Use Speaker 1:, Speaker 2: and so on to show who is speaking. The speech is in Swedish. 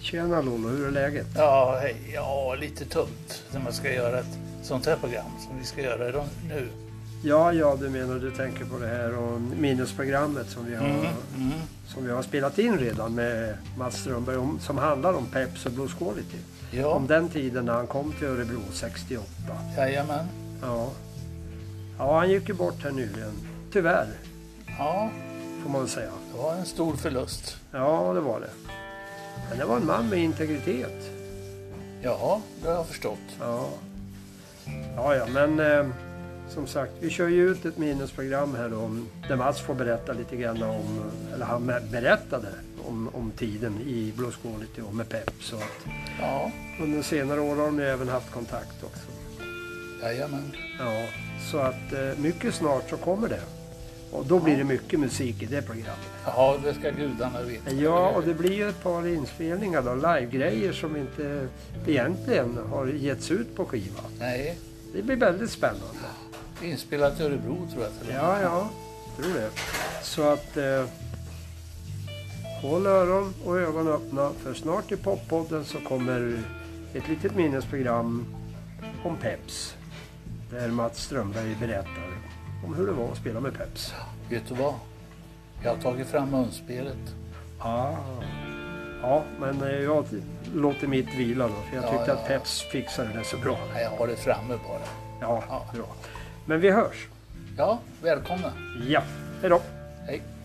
Speaker 1: Tjena Lollo, hur är läget?
Speaker 2: Ja, hej. ja, lite tungt när man ska göra ett sånt här program som vi ska göra idag- nu.
Speaker 1: Ja, ja, du menar du tänker på det här och minnesprogrammet som vi har,
Speaker 2: Mm. Mm.
Speaker 1: som vi har spelat in redan med Mats Strömberg om, som handlar om Peps och Blues Quality.
Speaker 2: Ja,
Speaker 1: Om den tiden när han kom till Örebro 68.
Speaker 2: jajamän.
Speaker 1: Ja. ja, han gick ju bort här nyligen. Tyvärr,
Speaker 2: Ja,
Speaker 1: får man väl säga.
Speaker 2: det var en stor förlust.
Speaker 1: Ja, det var det. Men det var en man med integritet.
Speaker 2: Ja, det har jag förstått.
Speaker 1: Ja, ja, ja men eh, som sagt, vi kör ju ut ett minnesprogram här om, där Mats får berätta lite grann om, eller han berättade om, om tiden i Blues Quality och med Pep. Så att
Speaker 2: Ja,
Speaker 1: under senare år har de ju även haft kontakt också.
Speaker 2: jajamän.
Speaker 1: Ja, så att eh, mycket snart så kommer det. Och då blir det mycket musik i det programmet.
Speaker 2: Ja, det ska gudarna veta.
Speaker 1: Ja, och det blir ju ett par inspelningar då, livegrejer som inte egentligen har getts ut på skiva.
Speaker 2: Nej,
Speaker 1: Det blir väldigt spännande.
Speaker 2: inspelat i Örebro tror jag till och med.
Speaker 1: Ja, ja, tror det. Så att eh, håll öron och ögon öppna för snart i poppodden så kommer ett litet minnesprogram om Peps. Där Mats Strömberg berättar om hur det var att spela med Peps.
Speaker 2: Vet du vad? Jag har tagit fram munspelet.
Speaker 1: Ah. Ja, men eh, jag låter mitt vila då för jag
Speaker 2: Ja,
Speaker 1: tyckte
Speaker 2: ja,
Speaker 1: att
Speaker 2: ja.
Speaker 1: Peps fixade det så bra.
Speaker 2: Nej, jag har det framme bara.
Speaker 1: Ja,
Speaker 2: Ja.
Speaker 1: bra. Men vi hörs.
Speaker 2: Ja, välkomna.
Speaker 1: Ja, hej då.
Speaker 2: Hej.